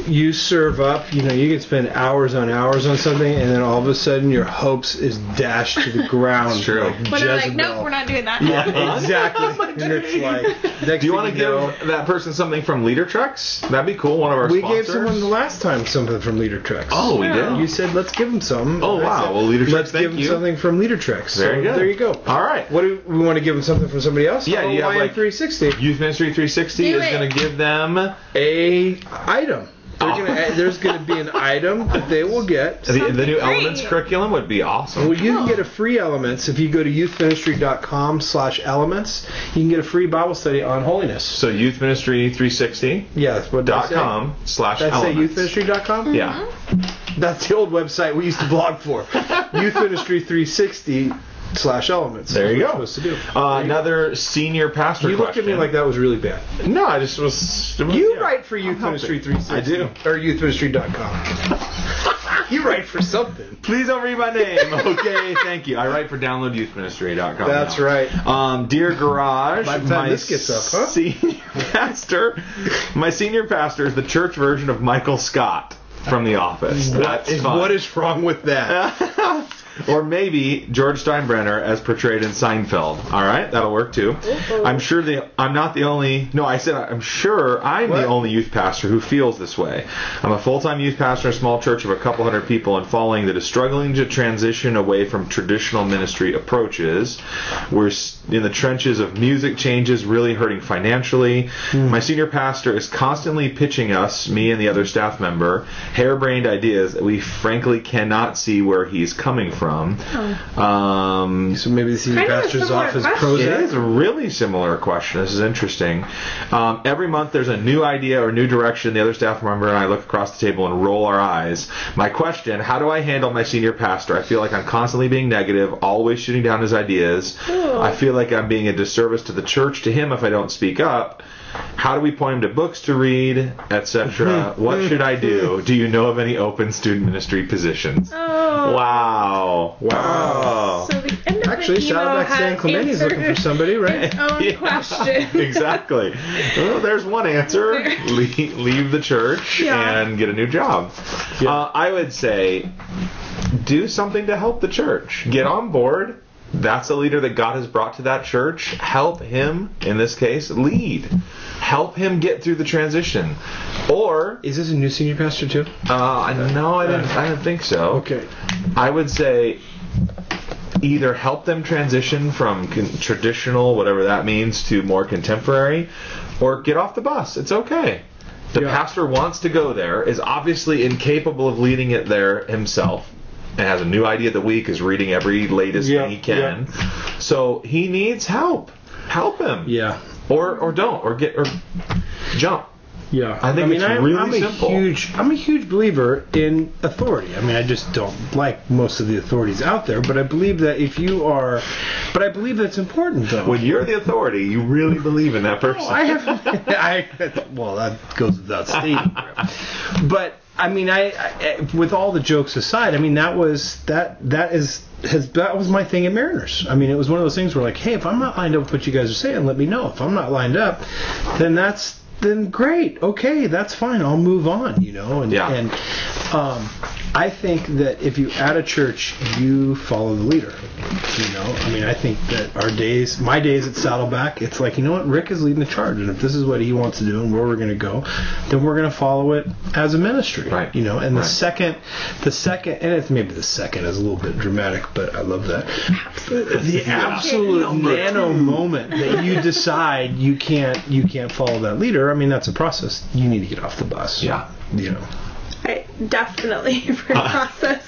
you serve up you know you can spend hours on hours on something and then all of a sudden your hopes is dashed to the ground It's true. like But I'm like, Jezebel. nope, we're not doing that. exactly and it's like next Do you thing want to know, give that person something from Leader Trucks? That'd be cool. One of our we sponsors. gave someone the last time something from leader tricks Oh, we Yeah. did. you said let's give them some Oh, And I wow. said, Well, Leader Tricks, let's give thank them you. something from leader tricks Very so good. there you go All right. what do we want to give them something from somebody else Yeah, oh, you have, like- 360 Youth Ministry 360 Do is it. going to give them the, a item. They're Oh. gonna, there's going to be an item that they will get. the new Something free. Elements curriculum would be awesome. Well, you can get a free elements if you go to youthministry.com slash elements. You can get a free Bible study on holiness. so Youth Ministry 360 Yeah, that's what did I dot say? com slash Did I say elements. youthministry.com? Yeah. Mm-hmm. That's the old website we used to blog for. youthministry360 slash elements. There you That's go. what we're supposed to do. Uh, another senior pastor. you looked at me question. like that was really bad. No, I just was. You yeah. write for Youth helping. Ministry 360. I do. Or youthministry.com. you write for something. Please don't read my name. Okay, thank you. I write for downloadyouthministry.com. That's now. right. Um, dear Garage, By the time my this gets up, huh? senior pastor, my senior pastor is the church version of Michael Scott from The Office. That's Is- fun. What is wrong with that? or maybe George Steinbrenner as portrayed in Seinfeld. All right, that'll work too. I'm sure the I'm not the only. No, I said I'm sure I'm What? the only youth pastor who feels this way. I'm a full-time youth pastor in a small church of a couple hundred people and following that is struggling to transition away from traditional ministry approaches. We're s- in the trenches of music changes, really hurting financially. My senior pastor is constantly pitching us, me and the other staff member, harebrained ideas that we frankly cannot see where he's coming from. Um, So maybe the senior Kind of a pastor's similar off his question. it Prozac. is a really similar question. This is interesting. Um, every month there's a new idea or new direction. The other staff member and I look across the table and roll our eyes. My question how do I handle my senior pastor? I feel like I'm constantly being negative, always shooting down his ideas. I feel like I'm being a disservice to the church, to him, if I don't speak up. How do we point him to books to read, etc.? what should I do? Do you know of any open student ministry positions? Oh. Wow. Wow. So the end of Actually, the email shout out to has Dan Clemente is looking for answered somebody, right? its own Yeah. question. exactly. Well, there's one answer: Le- leave, the church Yeah. and get a new job. Yeah. Uh, I would say, do something to help the church. Get on board. That's a leader that God has brought to that church. Help him, in this case, lead. Help him get through the transition. Or, Is this a new senior pastor too? uh, no, I didn't, I didn't think so. Okay. I would say either help them transition from con- traditional, whatever that means, to more contemporary, or get off the bus. It's okay. The Yeah. pastor wants to go there, is obviously incapable of leading it there himself, and has a new idea of the week, is reading every latest Yeah, thing he can. So he needs help. Help him. Yeah. Or or don't or get or jump. Yeah. I think it's I'm, really I'm a simple. huge I'm a huge believer in authority. I mean, I just don't like most of the authorities out there, but I believe that if you are but I believe that's important though. When you're the authority, you really believe Oh, in that person. I have. I well, that goes without stating. but I mean, I, I with all the jokes aside, I mean that was that that is has that was my thing at Mariners. I mean, it was one of those things where like, hey, if I'm not lined up with what you guys are saying, let me know. If I'm not lined up, then that's then great, okay, that's fine. I'll move on, you know. And Yeah. and um, I think that if you at a church, you follow the leader. You know, I mean, I think that our days, my days at Saddleback, it's like you know what, Rick is leading the charge, and if this is what he wants to do and where we're going to go, then we're going to follow it as a ministry. Right. You know, and the Right. second, the second, and it's maybe the second is a little bit dramatic, but I love that. The absolute nano moment that you decide you can't you can't follow that leader. I mean, that's a process. You need to get off the bus. Yeah. You know. I definitely for Uh. process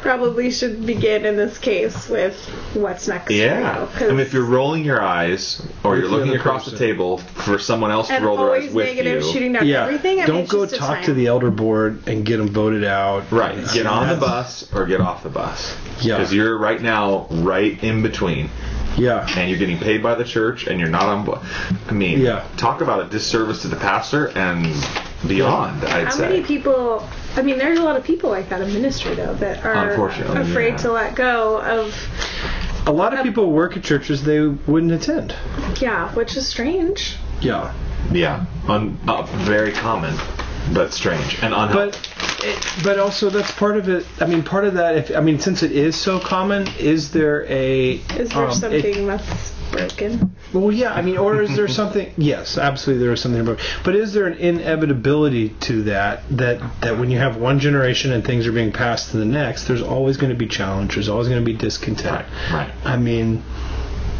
probably should begin in this case with what's next. for Yeah. you, 'cause- I mean, if you're rolling your eyes or you're the looking other across the person. table for someone else to and roll their always eyes with you. negative, shooting down Yeah. everything. I mean, Don't it's go just a talk to sign. the elder board and get them voted out. Right. Get on the That's- bus or get off the bus. Yeah. Because you're right now right in between, Yeah. and you're getting paid by the church, and you're not on. bo- I mean, Yeah. talk about a disservice to the pastor and beyond. I'd How say. many people? I mean, there's a lot of people like that in ministry though that are Unfortunately, afraid yeah. to let go of A lot of people work at churches they wouldn't attend. yeah, which is strange. Yeah. Yeah, un, uh, very common, but strange and unhelpful. But it, but also that's part of it. I mean, part of that. If I mean, since it is so common, is there a Is there um, it- something that's broken? Well, yeah, I mean, or is there something? Yes, absolutely, there is something about. But is there an inevitability to that? That that when you have one generation and things are being passed to the next, there's always going to be challenge. There's always going to be discontent. right, right. I mean,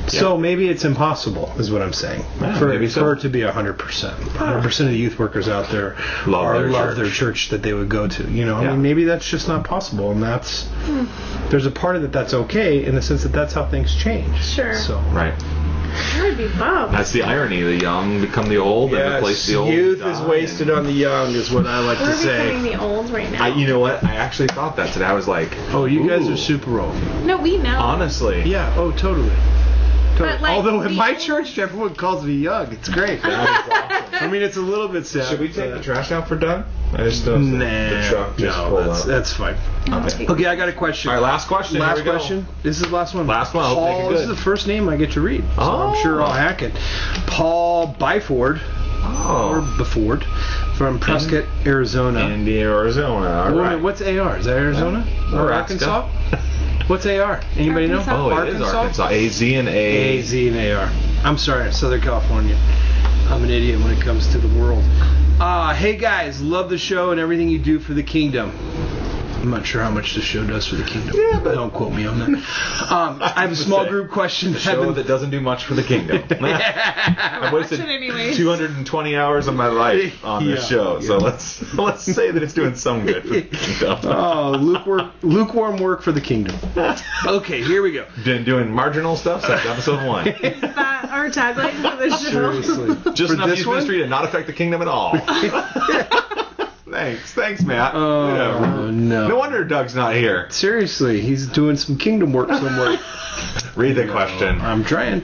so maybe it's impossible, is what I'm saying. Yeah, for, maybe so. for it to be 100%. 100% of the youth workers out there Love are, their love church. their church that they would go to. You know, I Yeah. mean, maybe that's just not possible. And that's, there's a part of it that's okay in the sense that that's how things change. Sure. So. Right. I would be bummed. That's the irony. The young become the old and Yes, replace the old. youth die, is wasted and- on the young, is what I like We're to becoming say. the old right now. I, you know what? I actually thought that today. I was like, Oh, you guys ooh, are super old. no, we know. Honestly. Yeah. Oh, totally. But, like, Although in the my old- church, everyone calls me young. It's great. I mean, it's a little bit sad. Should we but- take the trash out for Doug? I just Nah, noticed that the truck just no, pulled that's, up. that's fine. okay. Okay, I got a question. All right, last question. Here last we go. question. This is the last one. Last one. I hope they Paul, can this is good. the first name I get to read. So Oh. I'm sure I'll hack it. Paul Byford or Oh. Beford from Prescott, Arizona. Indy, Arizona. All Wait a right. minute, what's AR? Is that Arizona or Nebraska. Arkansas? What's AR? Anybody Arkansas. Oh, know? it is Arkansas. A Z and A. AZ and AR. I'm sorry, Southern California. I'm an idiot when it comes to the world. Uh, hey guys, love the show and everything you do for the kingdom. I'm not sure how much the show does for the kingdom. Yeah, but don't quote me on that. Um, I have a small say, group question. that I've Show been- that doesn't do much for the kingdom. I wasted Watch it anyways. 220 hours of my life on this Yeah, show, so let's let's say that it's doing some good for the kingdom. Oh, lukewarm, lukewarm work for the kingdom. Okay, here we go. Been doing marginal stuff since episode one. Is that our tagline for the show? Seriously. Just For enough this youth one? ministry to not affect the kingdom at all. thanks, thanks, Matt. Oh, Whatever. no. No wonder Doug's not here. Seriously, he's doing some kingdom work somewhere. Read the question. I'm trying.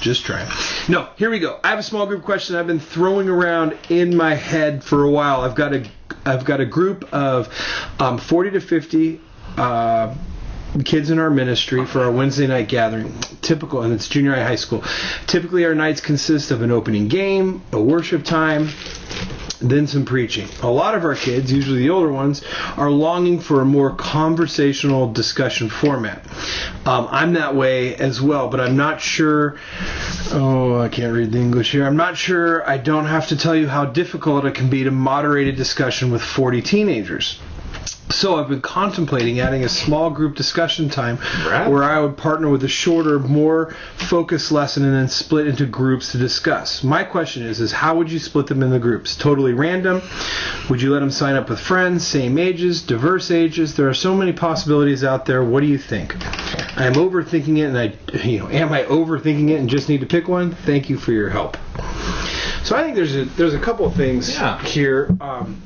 Just trying. No, here we go. I have a small group question I've been throwing around in my head for a while. I've got a I've got a group of um, 40 to 50 uh, kids in our ministry for our Wednesday night gathering. Typical, and it's junior high, high school. Typically, our nights consist of an opening game, a worship time, then some preaching. A lot of our kids, usually the older ones, are longing for a more conversational discussion format. Um, I'm that way as well, but I'm not sure. Oh, I can't read the English here. I'm not sure. I don't have to tell you how difficult it can be to moderate a discussion with 40 teenagers. So I've been contemplating adding a small group discussion time Right. where I would partner with a shorter, more focused lesson and then split into groups to discuss. My question is is how would you split them into groups? Totally random? Would you let them sign up with friends, same ages, diverse ages? There are so many possibilities out there. What do you think? I'm overthinking it and I you know, am I overthinking it and just need to pick one? Thank you for your help. So I think there's a there's a couple of things Yeah. here. Um,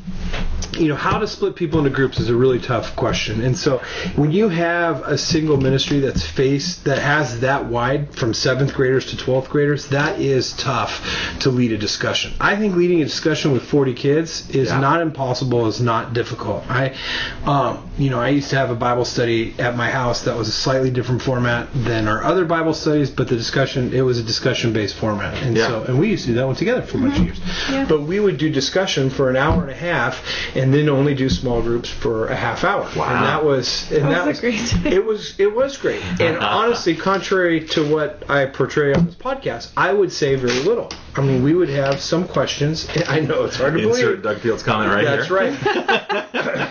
you know, how to split people into groups is a really tough question. And so when you have a single ministry that's faced, that has that wide from seventh graders to 12th graders, that is tough to lead a discussion. I think leading a discussion with 40 kids is Yeah. not impossible, is not difficult. I, um, you know, I used to have a Bible study at my house that was a slightly different format than our other Bible studies, but the discussion, it was a discussion based format. And Yeah. so, and we used to do that one together for a bunch of years. Yeah. But we would do discussion for an hour and a half, and then only do small groups for a half hour. Wow. And that was and That that was a great day. It was it was great. And honestly, contrary to what I portray on this podcast, I would say very little. I mean, we would have some questions. and I know it's hard to believe. Insert Doug Field's comment right That's here.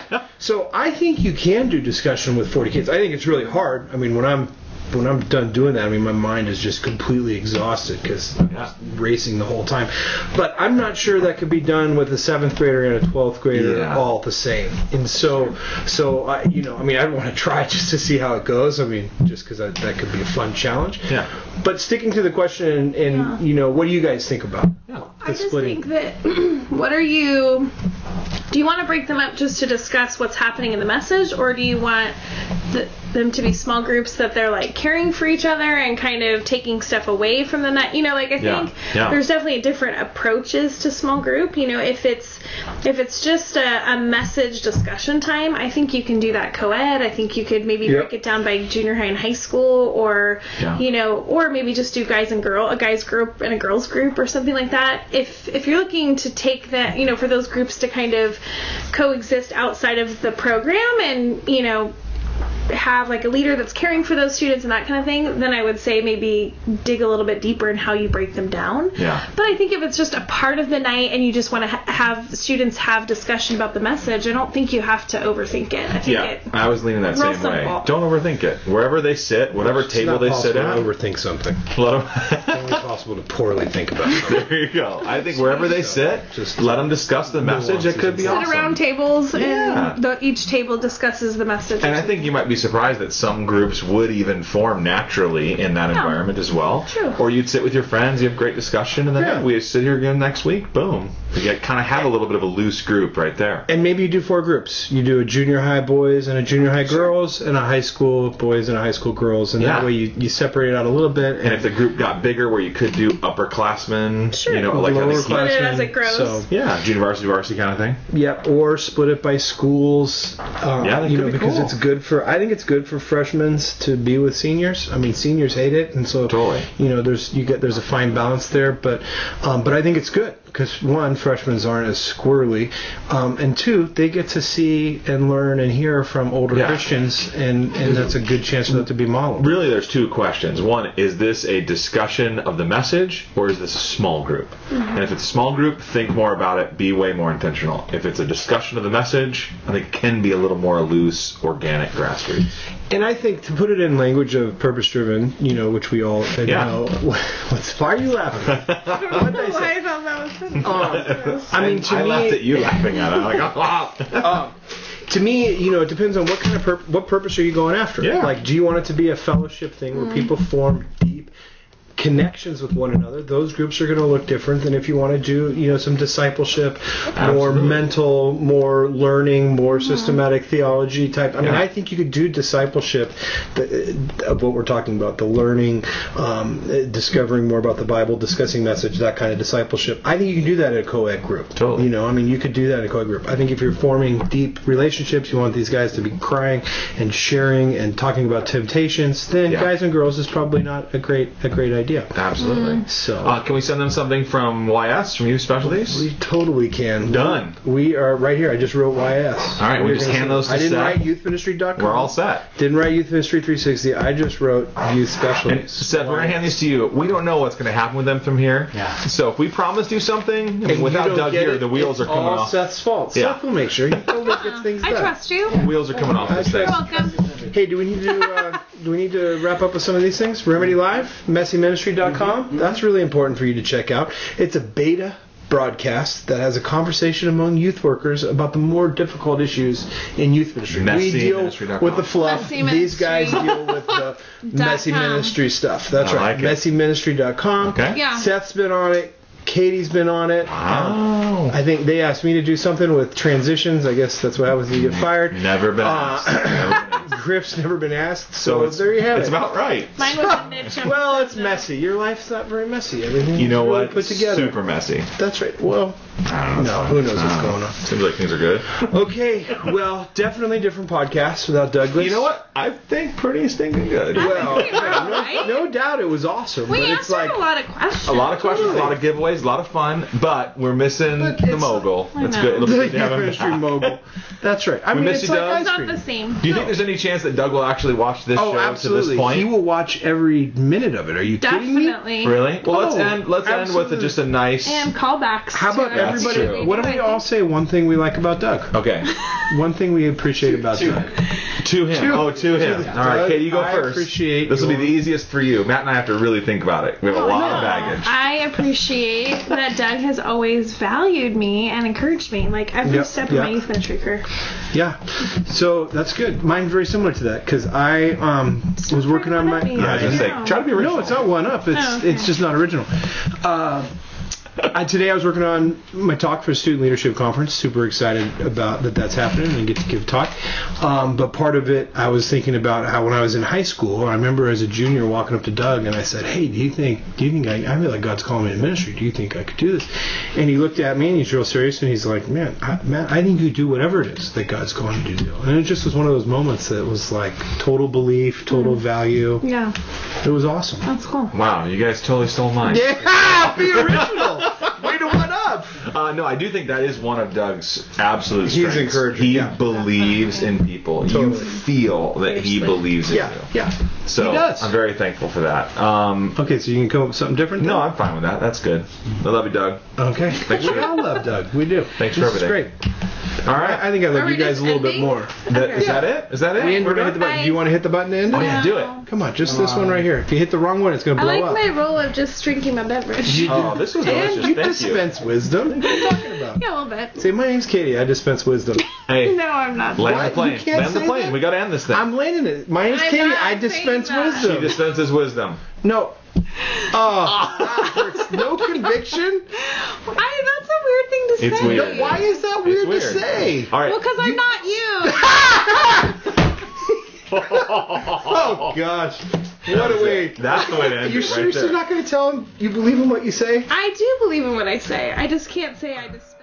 right. so I think you can do discussion with 40 kids. I think it's really hard. I mean, when I'm when I'm done doing that, I mean, my mind is just completely exhausted because I'm Yeah. racing the whole time. But I'm not sure that could be done with a seventh grader and a 12th grader Yeah. all the same. And so, so I, you know, I mean, I want to try just to see how it goes. I mean, just because that could be a fun challenge. Yeah. But sticking to the question and, and Yeah. you know, what do you guys think about? I just splitting. think that what are you do you want to break them up just to discuss what's happening in the message or do you want the, them to be small groups that they're like caring for each other and kind of taking stuff away from the night you know like i Yeah, think yeah. there's definitely different approaches to small group you know if it's if it's just a, a message discussion time i think you can do that co-ed i think you could maybe Yep. break it down by junior high and high school or Yeah. you know or maybe just do guys and girl a guys group and a girls group or something like that if if you're looking to take that you know for those groups to kind of coexist outside of the program and you know have like a leader that's caring for those students and that kind of thing then i would say maybe dig a little bit deeper in how you break them down Yeah. but i think if it's just a part of the night and you just want to ha- have students have discussion about the message i don't think you have to overthink it i think Yeah, it I was leaning that Real same way. simple. Don't overthink it. Wherever they sit, whatever It's table not they sit possible at, to overthink something. let them. It's only possible to poorly think about something. There you go. I think wherever they sit, just Just let them discuss the message. It could be Sit sit awesome. around tables Yeah. and the, each table discusses the message. And I think you might be surprised that some groups would even form naturally in that environment as well. True. Or you'd sit with your friends, you have great discussion, and then Yeah. we sit here again next week. Boom. You kind of have a little bit of a loose group right there. And maybe you do four groups. You do a junior high boys and a junior high girls and a high school boys and a high school girls. And Yeah. that way you, you separate it out a little bit. And if the group got bigger, where you could do upperclassmen, Sure. you know, like how they lower keep- Split it as classmen, it grows. So, yeah, junior varsity, varsity kind of thing. yep, or split it by schools. Uh, Yeah, that you could know, be because cool. it's good for, I think it's good for freshmen to be with seniors. I mean, seniors hate it. And so, Totally. you know, there's, you get, there's a fine balance there. But, um, but I think it's good because one, freshmen aren't as squirrely. Um, and two, they get to see and learn and hear from older Yeah. Christians. And, and that's a good chance for them to be modeled. Really, there's two questions. One, is this a discussion of the message or is this a small group? And if it's a small group, think more about it, be way more intentional. If it's a discussion of the message, I think it can be a little more loose, organic grassroots. And I think to put it in language of purpose driven, you know, which we all think Yeah. know. What's, why are you laughing? I don't know why I thought that was I mean, to I me, Mm-hmm. laughed at you laughing at it. I'm like, oh, to me, you know, it depends on what kind of pur- what purpose are you going after. Yeah. Like, do you want it to be a fellowship thing where people form deep connections with one another? Those groups are going to look different than if you want to do, you know, some discipleship, more Absolutely. mental, more learning, more systematic theology type. I mean, Yeah. I think you could do discipleship the, of what we're talking about, the learning, um, uh, discovering more about the Bible, discussing message, that kind of discipleship. I think you can do that at a co-ed group. Totally. You know, I mean, you could do that in a co group. I think if you're forming deep relationships, you want these guys to be crying and sharing and talking about temptations. Then Yeah. guys and girls is probably not a great a great idea. absolutely. So Uh, can we send them something from YS, from you specialties? we totally can. Done. We are right here. I just wrote YS. All right, we We're just gonna hand say- those to I didn't Seth. write youthministry.com. We're all set. Didn't write youth ministry 360. I just wrote youth And specialties. Seth, we're gonna hand these to you. We don't know what's gonna happen with them from here. Yeah. So if we promise you something, I mean, If you without don't Doug get here, it, the wheels it's are coming all off. Seth fault. Yeah. Seth will make sure. He totally gets things Uh-huh. I done. trust you. Wheels are coming off. this I thing. trust- Welcome. Hey, do we need to uh, do we need to wrap up with some of these things? Remedy Live, Mm-hmm. messyministry.com. That's really important for you to check out. It's a beta broadcast that has a conversation among youth workers about the more difficult issues in youth ministry. we deal messyministry.com. with the fluff. Messy These guys ministry. deal with the messy com. ministry stuff. That's I right. like it. messyministry.com. Okay. Yeah. Seth's been on it. Katie's been on it. Wow. I think they asked me to do something with transitions. I guess that's what happens when you get fired. Never Uh, been. asked. Never been asked. Griff's never been asked, So so, it's, there you have it's it. about right. Mine was a niche. well, it's messy. Your life's not very messy. Everything's You know really what? Put together. Super messy. That's right. Well, I don't no, who knows what's going on? Uh, Seems like things are good. Okay, well, definitely different podcasts without Douglas. You know what? I think pretty stinking good. Well, we were all right. no doubt it was awesome, we but answered it's like a lot of questions. A lot of questions, a lot of Totally. giveaways, a lot of fun, but we're missing But the it's- mogul. I That's know. good. It'll be good to have him chemistry back. mogul. That's right. I mean, miss it's you, like Doug. ice It's not cream. the same. Do you think there's any chance that Doug will actually watch this Oh, show to absolutely. this point? He will watch every minute of it. Are you kidding me? Definitely. Really? Well, let's Oh, end. Let's end with absolutely. a, just a nice. And callbacks. How to about That's everything everybody? true. they Why do, don't we I all think. say one thing we like about Doug? okay. One thing we appreciate about two. Doug. to him. To- oh, to him. to- All right, Katie, you go I first. appreciate This will be your- the easiest for you. Matt and I have to really think about it. We Oh, have a lot of baggage. I appreciate that Doug has always valued me and encouraged me, like every Yep, step of my yep. youth ministry career. Yeah. So that's good. Mine's very similar to that because I um, was working on my. Yeah, yeah, I was gonna say, know. try to be original. No, it's not one up. It's Oh, okay. it's just not original. Uh, I, today I was working on my talk for student leadership conference. Super excited about that. That's happening and get to give a talk. Um, but part of it, I was thinking about how when I was in high school, I remember as a junior walking up to Doug and I said, "Hey, do you think do you think I, I feel like God's calling me to ministry? Do you think I could do this?" And he looked at me and he's real serious and he's like, "Man, I, Matt, I think you do whatever it is that God's calling you to do." And it just was one of those moments that was like total belief, total value. Yeah, It was awesome. that's cool. Wow, you guys totally stole mine. Yeah, be original. Way to one up. Uh, no, I do think that is one of Doug's absolute He's strengths. encouraging, He yeah. believes in people. You Totally. feel that he believes in Yeah, you. yeah. So He does. I'm very thankful for that. Um, Okay, so you can come up with something different. no, then? I'm fine with that. That's good. I love you, Doug. okay. for- we all love Doug. We do. Thanks for this Is everything. great. All I, I right. think I Are love we you guys a just little bit ending? more. That- is Yeah. that it? Is that it? And we're gonna done? hit the button. Do you want to hit the button to end Oh, it? yeah, Um, do it. Come on, just this one right here. If you hit the wrong one, it's gonna I blow like up. my role of just drinking my beverage. You Oh, this was delicious. do, you Thank you. dispense wisdom. What are you talking about? yeah, a little bit. Say, my name's Katie. I dispense wisdom. Hey, No, I'm not. land What? the plane. You can't Land the say plane. that? We got to end this thing. I'm landing it. My name's I'm Katie. not I saying dispense that. he wisdom. dispenses wisdom. no. Oh, that hurts. no conviction. I, that's a weird thing to say. It's weird. No, why is that It's weird, weird. to say? All right. Well, because I'm not you. Oh gosh, what a way! That's the way to end You're it right seriously there. not going to tell him you believe in what you say? I do believe in what I say. I just can't say I just.